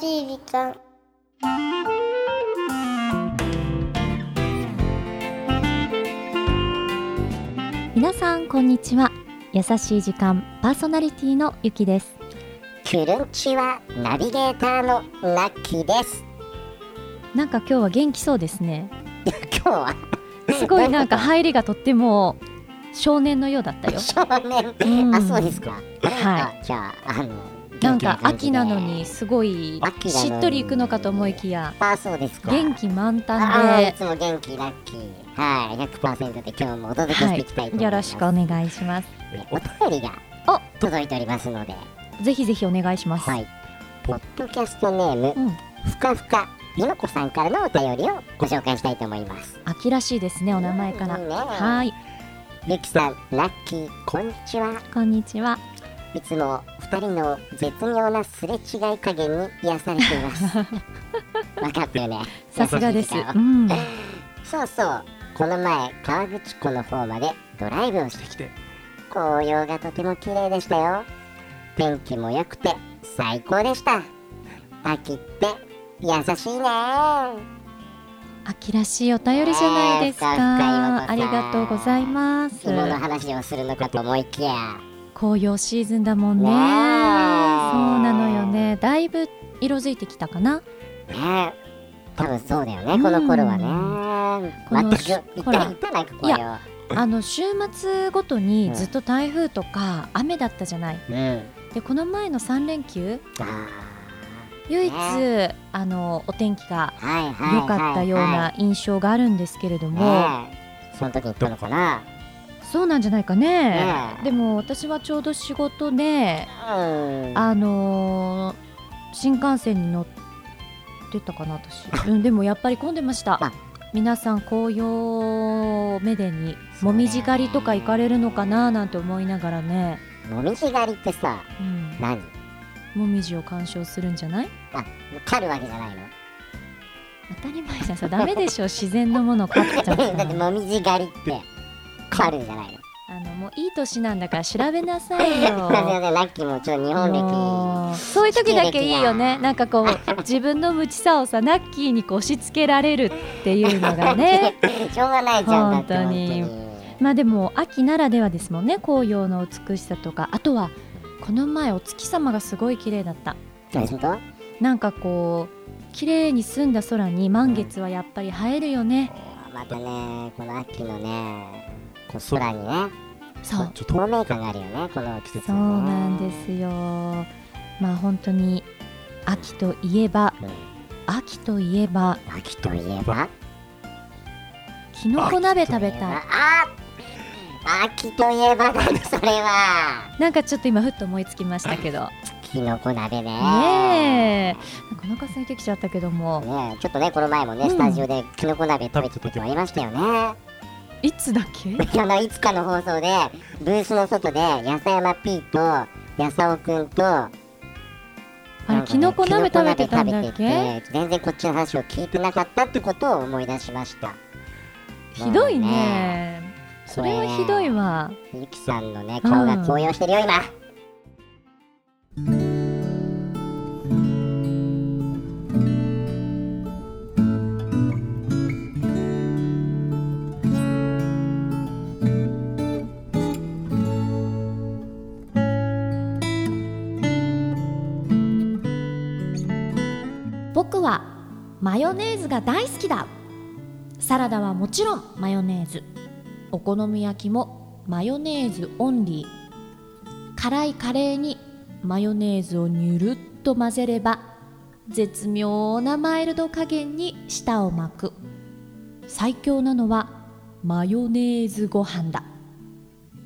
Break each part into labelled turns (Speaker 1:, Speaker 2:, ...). Speaker 1: しい時間
Speaker 2: 皆さんこんにちは優しい時間パーソナリティのゆきです
Speaker 3: くるんちはナビゲーターのラッキーです。
Speaker 2: なんか今日は元気そうですね
Speaker 3: 今日は
Speaker 2: すごいなんか入りがとっても少年のようだ ったよ
Speaker 3: 少年、
Speaker 2: うん
Speaker 3: あそうですか。。
Speaker 2: はい
Speaker 3: じゃああの
Speaker 2: なんか秋なの。
Speaker 3: 元気感じ
Speaker 2: に
Speaker 3: です
Speaker 2: ごい
Speaker 3: 秋なのに
Speaker 2: しっとりいくのかと思いきや
Speaker 3: あそうですか。
Speaker 2: 元気満
Speaker 3: あ
Speaker 2: タン
Speaker 3: ーい
Speaker 2: で
Speaker 3: つも元気ラッキー。はい100%で今日もお届けし
Speaker 2: は
Speaker 3: ていきた
Speaker 2: い
Speaker 3: いと思い
Speaker 2: よ
Speaker 3: ま
Speaker 2: ろ
Speaker 3: す。
Speaker 2: しくお願いします
Speaker 3: お便りが届いておりますので、
Speaker 2: ぜひぜひお願いします、
Speaker 3: はい。ポッドキャストネーム、
Speaker 2: うん
Speaker 3: ふかふかひのこさんからのお便りをご紹介したいと思います。
Speaker 2: 秋らしいですねお名前から
Speaker 3: いいね
Speaker 2: はい
Speaker 3: ゆきさん、ラッキー、こんにちは。
Speaker 2: こんにちはい
Speaker 3: つも二人の絶妙なすれ違い加減に癒されてい ます。分かったよね。
Speaker 2: さすがです
Speaker 3: 優しい時
Speaker 2: う
Speaker 3: 間を
Speaker 2: ん
Speaker 3: そうそう。この前川口湖の方までドライブをしてきて、紅葉がとても綺麗でしたよ。天気も良くて最高でした。秋って優しいね。
Speaker 2: 秋らしいお便りじゃないです
Speaker 3: ねえ深
Speaker 2: か
Speaker 3: い深
Speaker 2: あ
Speaker 3: い
Speaker 2: りがとうございます
Speaker 3: 昨日の話をするのかと思いきや、
Speaker 2: 紅葉シーズンだもんねそう
Speaker 3: ねえ
Speaker 2: なのよねだいぶ色づいてきたかな
Speaker 3: ね多分そうだよね。この頃はね。
Speaker 2: この
Speaker 3: 全く
Speaker 2: ほ
Speaker 3: 痛
Speaker 2: ら
Speaker 3: い痛いなんか
Speaker 2: い
Speaker 3: 紅葉
Speaker 2: や。あの週末ごとにずっと台風とか雨だったじゃない
Speaker 3: うん。
Speaker 2: でこの前の3連休
Speaker 3: あ
Speaker 2: 唯一
Speaker 3: ね
Speaker 2: あのお天気が
Speaker 3: ーはいはいはい、はい、
Speaker 2: 良かったような印象があるんですけれども
Speaker 3: ねえその時に行ったのかな
Speaker 2: そうなんじゃないかね
Speaker 3: ねえ
Speaker 2: でも私はちょうど仕事で
Speaker 3: うん
Speaker 2: あのー新幹線に乗ってたかな私、うん、でもやっぱり混んでました
Speaker 3: あ
Speaker 2: 皆さん紅葉をめでに
Speaker 3: そ
Speaker 2: も
Speaker 3: うね
Speaker 2: みじ狩りとか行かれるのかななんて思いながらね、
Speaker 3: もみじ狩りってさ
Speaker 2: うん、
Speaker 3: 何
Speaker 2: もみじを鑑賞するんじゃない
Speaker 3: あ狩るわけじゃないの
Speaker 2: 当たり前じゃんさダメでしょ自然のものを買っちゃった
Speaker 3: だって
Speaker 2: ら
Speaker 3: もみじ狩りって狩るじゃないの
Speaker 2: あのもういい年なんだから調べなさい
Speaker 3: すいませ
Speaker 2: よ
Speaker 3: んねラッキーもちょっと日本
Speaker 2: もう
Speaker 3: 歴
Speaker 2: そういう時だけいいよね
Speaker 3: 地球歴が
Speaker 2: なんかこう自分の無知さをさナッキーにこう押し付けられるっていうのがね
Speaker 3: しょうがないじゃんだって
Speaker 2: 本当
Speaker 3: 本当
Speaker 2: に
Speaker 3: に
Speaker 2: まあでも秋ならではですもんね紅葉の美しさとかあとはこの前お月様がすごい綺麗だった
Speaker 3: 大丈夫
Speaker 2: なんかこう綺麗に澄んだ空に満月はやっぱり映えるよね、
Speaker 3: またねこの秋のね
Speaker 4: こそ
Speaker 3: 空にね
Speaker 2: そう
Speaker 4: ちょっと
Speaker 3: 透明感があるよねこの季節
Speaker 2: そう
Speaker 3: のね
Speaker 2: なんですよまあ本当に秋といえば
Speaker 3: うん
Speaker 2: 秋といえば
Speaker 3: 秋といえば
Speaker 2: きのこ鍋食べたい
Speaker 3: あ秋といえばだねそれは
Speaker 2: なんかちょっと今ふっと思いつきましたけど
Speaker 3: きのこ鍋ね
Speaker 2: ねえなんかお腹空いてきちゃったけども
Speaker 3: ねえちょっとねこの前もね、
Speaker 2: うん
Speaker 3: スタジオできのこ鍋食べてた時もありましたよね
Speaker 2: いつだっけ
Speaker 3: あのいつかの放送でブースの外でやさやま P とやさおくんとあ
Speaker 2: あれきのこ鍋食べてたんだっけ
Speaker 3: 全然こっちの話を聞いてなかったってことを思い出しました
Speaker 2: ひどい
Speaker 3: もう
Speaker 2: ねそれはひどいわ
Speaker 3: ゆきさんのね顔が紅葉してるよ今、
Speaker 2: 僕はマヨネーズが大好きだサラダはもちろんマヨネーズお好み焼きもマヨネーズオンリー辛いカレーにマヨネーズをにゅるっと混ぜれば絶妙なマイルド加減に舌を巻く最強なのはマヨネーズご飯だ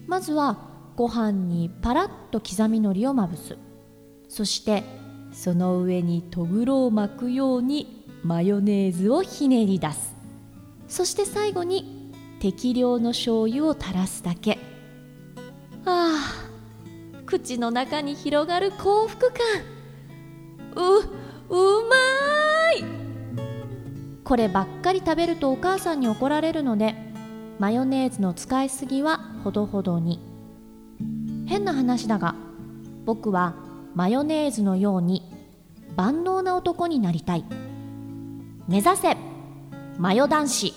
Speaker 2: まずはご飯にパラッと刻み海苔をまぶすそしてその上にとぐろを巻くようにマヨネーズをひねり出すそして最後に適量の醤油を垂らすだけああ口の中に広がる幸福感ううまいこればっかり食べるとお母さんに怒られるのでマヨネーズの使いすぎはほどほどに変な話だが僕はマヨネーズのように万能な男になりたい目指せマヨ男子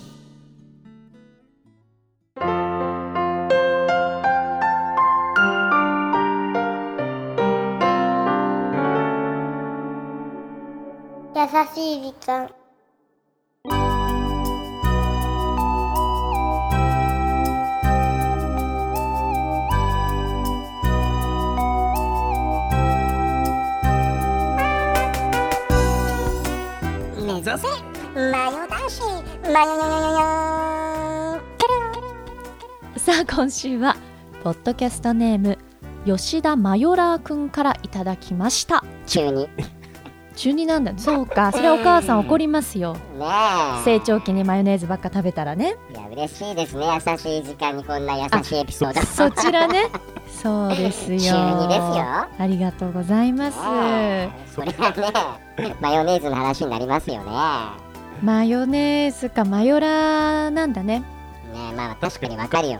Speaker 1: 優しい時間
Speaker 3: 目指せマヨ男子マヨヨヨヨヨ
Speaker 2: さあ今週はポッドキャストネーム吉田マヨラーくんからいただきました
Speaker 3: 中にね
Speaker 2: 中二なんだそうかそれはお母さん怒りますよ
Speaker 3: え
Speaker 2: 成長期にマヨネーズばっか食べたらね
Speaker 3: いや嬉しいですね優しい時間にこんな優しいエピソード
Speaker 2: そちらねそうですよ
Speaker 3: 中二ですよ
Speaker 2: ありがとうございます
Speaker 3: ねえそれはねマヨネーズの話になりますよね
Speaker 2: マヨネーズかマヨラーなんだね
Speaker 3: ねえまあ確かにわかるよ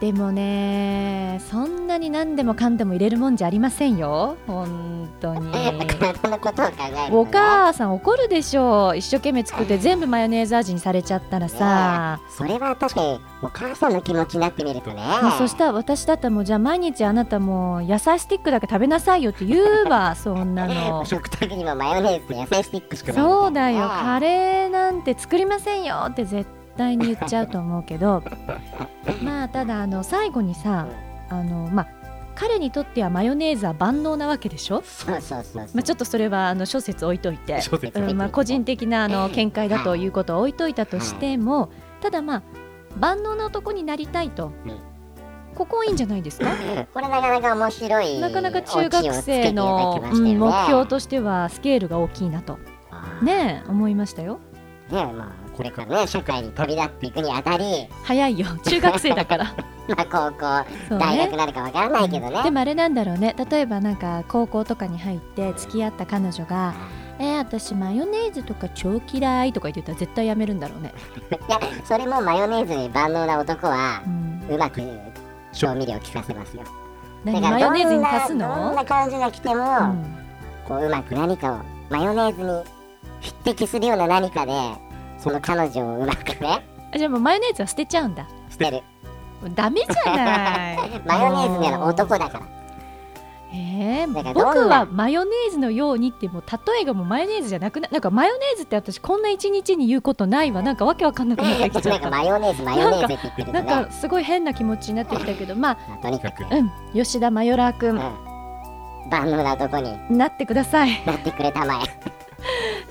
Speaker 2: でもねそんなに何でもかんでも入れるもんじゃありませんよ本当に
Speaker 3: 体のことを考えるとね
Speaker 2: お母さん怒るでしょう一生懸命作って全部マヨネーズ味にされちゃったらさ、
Speaker 3: それは確かにお母さんの気持ちになってみるとね
Speaker 2: もうそしたら私だったらもうじゃあ毎日あなたも野菜スティックだけ食べなさいよって言う わそんなの
Speaker 3: 食卓にもマヨネーズと野菜スティックしかない
Speaker 2: そうだよカ
Speaker 3: あ
Speaker 2: レーなんて作りませんよって絶対に言っちゃうと思うけ どまあただあの最後にさあのまあ彼にとってはマヨネーズは万能なわけでしょ、
Speaker 3: そうそうそうそう
Speaker 2: まあ、ちょっとそれはあの諸説置いといて
Speaker 4: 小説
Speaker 2: う
Speaker 3: はい
Speaker 2: んまあ、個人的なあの
Speaker 3: ええ
Speaker 2: 見解だということを置いといたとしても、ただまあ万能な男になりたいと、
Speaker 3: うん
Speaker 2: ここいいんじゃないですか
Speaker 3: これなかなか面白い
Speaker 2: なかなか中学生の、
Speaker 3: オチをつけ
Speaker 2: うん
Speaker 3: ていただきま
Speaker 2: 目
Speaker 3: したよね
Speaker 2: 標としてはスケールが大きいなと
Speaker 3: ね
Speaker 2: ねえ思いましたよ
Speaker 3: えまあこれからね社会に飛び立っていくにあたり
Speaker 2: 早いよ 中学生だから
Speaker 3: まあ高校、
Speaker 2: そう
Speaker 3: 大
Speaker 2: ね
Speaker 3: 学なるかわからないけどね
Speaker 2: でもあれなんだろうね例えばなんか高校とかに入って付き合った彼女が「えー、私マヨネーズとか超嫌い」とか言ってたら絶対やめるんだろうね、
Speaker 3: いやそれもマヨネーズに万能な男は
Speaker 2: うん、
Speaker 3: うまく調味料を効かせますよ
Speaker 2: 何
Speaker 3: だか
Speaker 2: マ
Speaker 3: ら
Speaker 2: ヨネーズに足す
Speaker 3: どん
Speaker 2: の
Speaker 3: な感じが来て
Speaker 2: うん
Speaker 3: も、こううまく何かをマヨネーズに匹敵するような何かでその彼女をうまくね
Speaker 2: あじゃあもうマヨネーズは捨てちゃうんだ
Speaker 3: 捨てる
Speaker 2: ダメじゃない
Speaker 3: マヨネーズなら男だから
Speaker 2: えー
Speaker 3: だからどん
Speaker 2: 僕
Speaker 3: な
Speaker 2: はマヨネーズのようにってもう例えがもうマヨネーズじゃなくななんかマヨネーズって私こんな一日に言うこと ないわなんかわけわかんなくなってきちゃ
Speaker 3: な
Speaker 2: っ
Speaker 3: んか
Speaker 2: た
Speaker 3: マヨネーズマヨネーズって言ってると
Speaker 2: な
Speaker 3: ね
Speaker 2: んかすごい変な気持ちになってきたけどま
Speaker 3: まあとにかく、
Speaker 2: あうん吉田マヨラー
Speaker 3: う
Speaker 2: 君
Speaker 3: ん、万能な男に
Speaker 2: なってください
Speaker 3: なってくれたまえ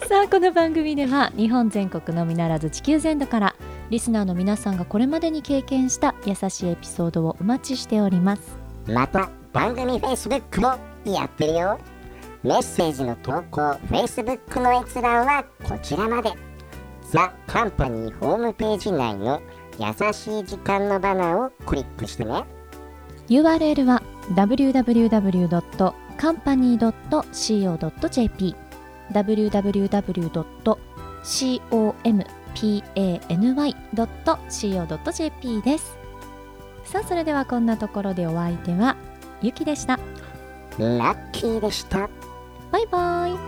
Speaker 2: さあこの番組では日本全国のみならず地球全土からリスナーの皆さんがこれまでに経験した優しいエピソードをお待ちしております
Speaker 3: また番組 Facebook もやってるよメッセージの投稿 Facebook の閲覧はこちらまでザ・カンパニーホームページ内の「優しい時間」のバナーをクリックしてね
Speaker 2: URL は www.company.co.jp www.company.co.jp ですさあそれではこんなところでお相手はゆきでした
Speaker 3: ラッキーでした
Speaker 2: バイバイ
Speaker 3: う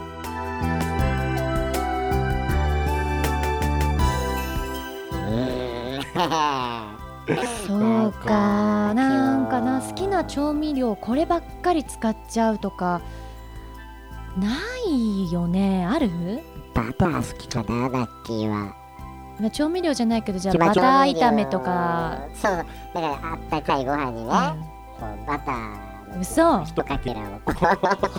Speaker 3: ーん
Speaker 2: そうかな
Speaker 3: なんん
Speaker 2: か
Speaker 3: か
Speaker 2: な好きな調味料こればっかり使っちゃうとかないよねある
Speaker 3: バター好きかなラッキーは
Speaker 2: まあ調味料じゃないけどじゃあバター炒めとか
Speaker 3: そうだからあったかいご飯にね、こうバターの
Speaker 2: 嘘
Speaker 3: 一かけらをこう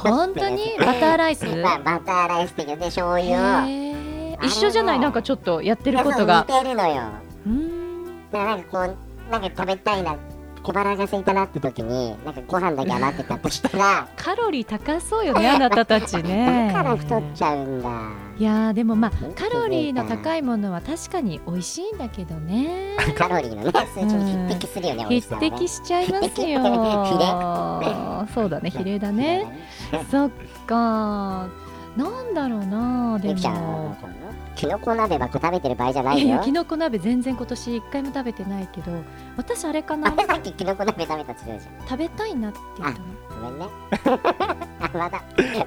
Speaker 2: 本当 にバターライス
Speaker 3: まあバターライス的で醤
Speaker 2: へ
Speaker 3: 油を
Speaker 2: ー
Speaker 3: あの
Speaker 2: 一緒じゃないなんかちょっとやってること
Speaker 3: い
Speaker 2: が
Speaker 3: やそう似てるのよ
Speaker 2: うーん
Speaker 3: だからなんかこうなんか食べたいな小腹が空いたなって時になんかご飯だけ余ってたとしたら
Speaker 2: カロリー高そうよねあなたたちね
Speaker 3: だから太っちゃうんだ
Speaker 2: いやーでもまあカロリーの高いものは確かに美味しいんだけどね
Speaker 3: カロリーのね数値に匹敵するよね、美味しさ
Speaker 2: 匹
Speaker 3: はね
Speaker 2: 敵しちゃいますよ
Speaker 3: 比
Speaker 2: そうだね比例だねそっかなんだろうなで
Speaker 3: ゆきちゃんは
Speaker 2: も
Speaker 3: どう思うきのこ鍋ばっか食べてる場合じゃないい
Speaker 2: やいや
Speaker 3: よ
Speaker 2: きのこ鍋全然今年一回も食べてないけど私あれか
Speaker 3: あ
Speaker 2: な
Speaker 3: れ さっききのこ鍋食べたって言ってたじ
Speaker 2: 食べたいなって言ったの
Speaker 3: ゃんごめんね あまた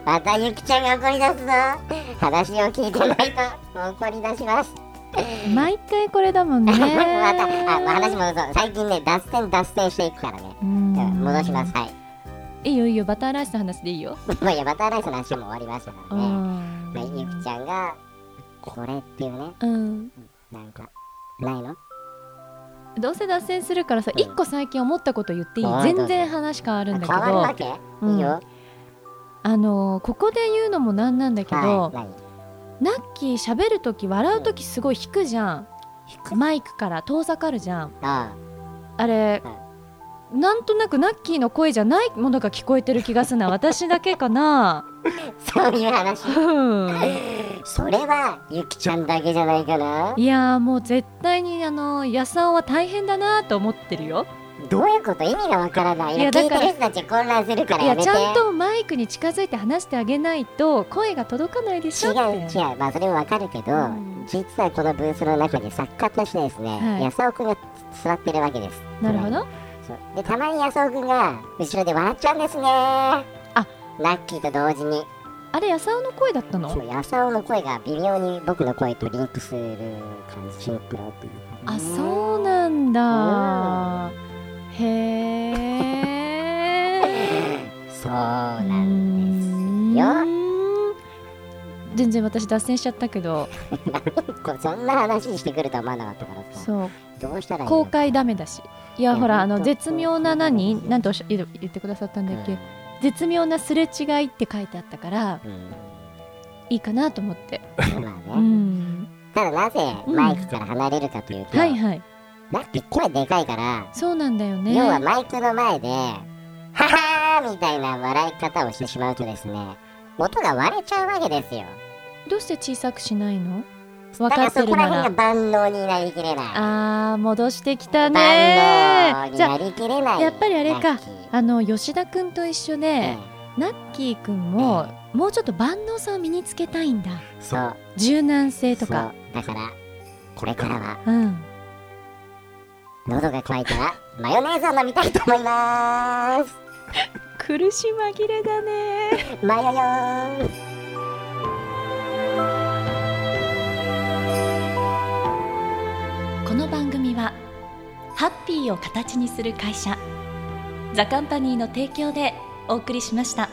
Speaker 3: またゆきちゃんが怒り出すぞ話を聞いてないと怒り出します
Speaker 2: 毎回これだもんね
Speaker 3: またあ、まあ、話戻そう最近ね脱線脱線していくからね
Speaker 2: うん
Speaker 3: うん戻しますはい
Speaker 2: いいよいいよバターライスの話でいいよ、
Speaker 3: まあい やバターライスの話も終わりましたか
Speaker 2: う
Speaker 3: らね、
Speaker 2: ん
Speaker 3: まあ、ゆきちゃんがこれっていうね
Speaker 2: うん
Speaker 3: なんかないの
Speaker 2: どうせ脱線するからさ
Speaker 3: うん
Speaker 2: 一個最近思ったこと言っていい
Speaker 3: はい
Speaker 2: 全
Speaker 3: どうぞ
Speaker 2: 然話変わるんだけ
Speaker 3: 変わるわ
Speaker 2: ど
Speaker 3: け、
Speaker 2: うん
Speaker 3: いいよ
Speaker 2: あのーここで言うのもなんなんだけど
Speaker 3: はい何
Speaker 2: ナッキー喋るとき笑うときすごい引くじゃんマイクから遠ざかるじゃん
Speaker 3: あ
Speaker 2: あれなんとなくナッキーの声じゃないものが聞こえてる気がするな私だけかな
Speaker 3: あそういう話
Speaker 2: うん
Speaker 3: それはゆきちゃんだけじゃないかない
Speaker 2: やーもう絶対にあのー、野菜は大変だなと思ってるよ
Speaker 3: どういうこと意味がわからない
Speaker 2: いや
Speaker 3: 今聞
Speaker 2: だから
Speaker 3: いてる人たち混乱するから
Speaker 2: い
Speaker 3: や
Speaker 2: や
Speaker 3: めて
Speaker 2: ちゃんとマイクに近づいて話してあげないと声が届かないでし
Speaker 3: 違
Speaker 2: ょ
Speaker 3: う違うまあそれもわかるけど、
Speaker 2: うん
Speaker 3: 実はこのブースの中に作家としてですね、
Speaker 2: はい
Speaker 3: やさおくんが座ってるわけです
Speaker 2: なるほど
Speaker 3: そうでたまにやさおくんが後ろで笑っちゃうんですねあラッキーと同時に
Speaker 2: あれ野菜の声だったの
Speaker 3: そうやさおの声が微妙に僕の声とリンクする感じシンクロという
Speaker 2: あそうなんだへえ
Speaker 3: そうなんですよ
Speaker 2: 全然私脱線しちゃったけど
Speaker 3: こそんな話してくるとは思わなかったからさ
Speaker 2: そう
Speaker 3: どうしたらいいの
Speaker 2: 公開ダメだしいや
Speaker 3: いや
Speaker 2: ほらあ
Speaker 3: 本当
Speaker 2: の絶妙な
Speaker 3: そう
Speaker 2: 何なんておっしゃ言う言ってくださったんだっけ、絶妙なすれ違いって書いてあったから
Speaker 3: うんうん
Speaker 2: いいかなと思ってう
Speaker 3: まあね
Speaker 2: ん
Speaker 3: ただなぜマイクから離れるかというと、
Speaker 2: はいはい
Speaker 3: ラッキー声でかいから、
Speaker 2: そうなんだよね
Speaker 3: 要はマイクの前で「ははー!」みたいな笑い方をしてしまうとですね音が割れちゃうわけですよ
Speaker 2: どうして小さくしないの
Speaker 3: だ
Speaker 2: 分
Speaker 3: か
Speaker 2: からって
Speaker 3: そ
Speaker 2: る
Speaker 3: こら
Speaker 2: な
Speaker 3: 辺が
Speaker 2: ら
Speaker 3: 万能になりきれない
Speaker 2: あー戻してきた
Speaker 3: 万
Speaker 2: ね
Speaker 3: 能に
Speaker 2: じゃ
Speaker 3: なりきれない
Speaker 2: やっぱりあれか
Speaker 3: ラッキー
Speaker 2: ああの吉田君と一緒で、
Speaker 3: う
Speaker 2: ナッキー君も、もうちょっと万能さを身につけたいんだ
Speaker 3: んそう
Speaker 2: 柔軟性とか
Speaker 3: そうだからこれからは
Speaker 2: うん
Speaker 3: 喉が渇いたらマヨネーズを飲みたいと思います
Speaker 2: 苦し紛れだね
Speaker 3: マヨよーん
Speaker 2: この番組はハッピーを形にする会社ザカンパニーの提供でお送りしました。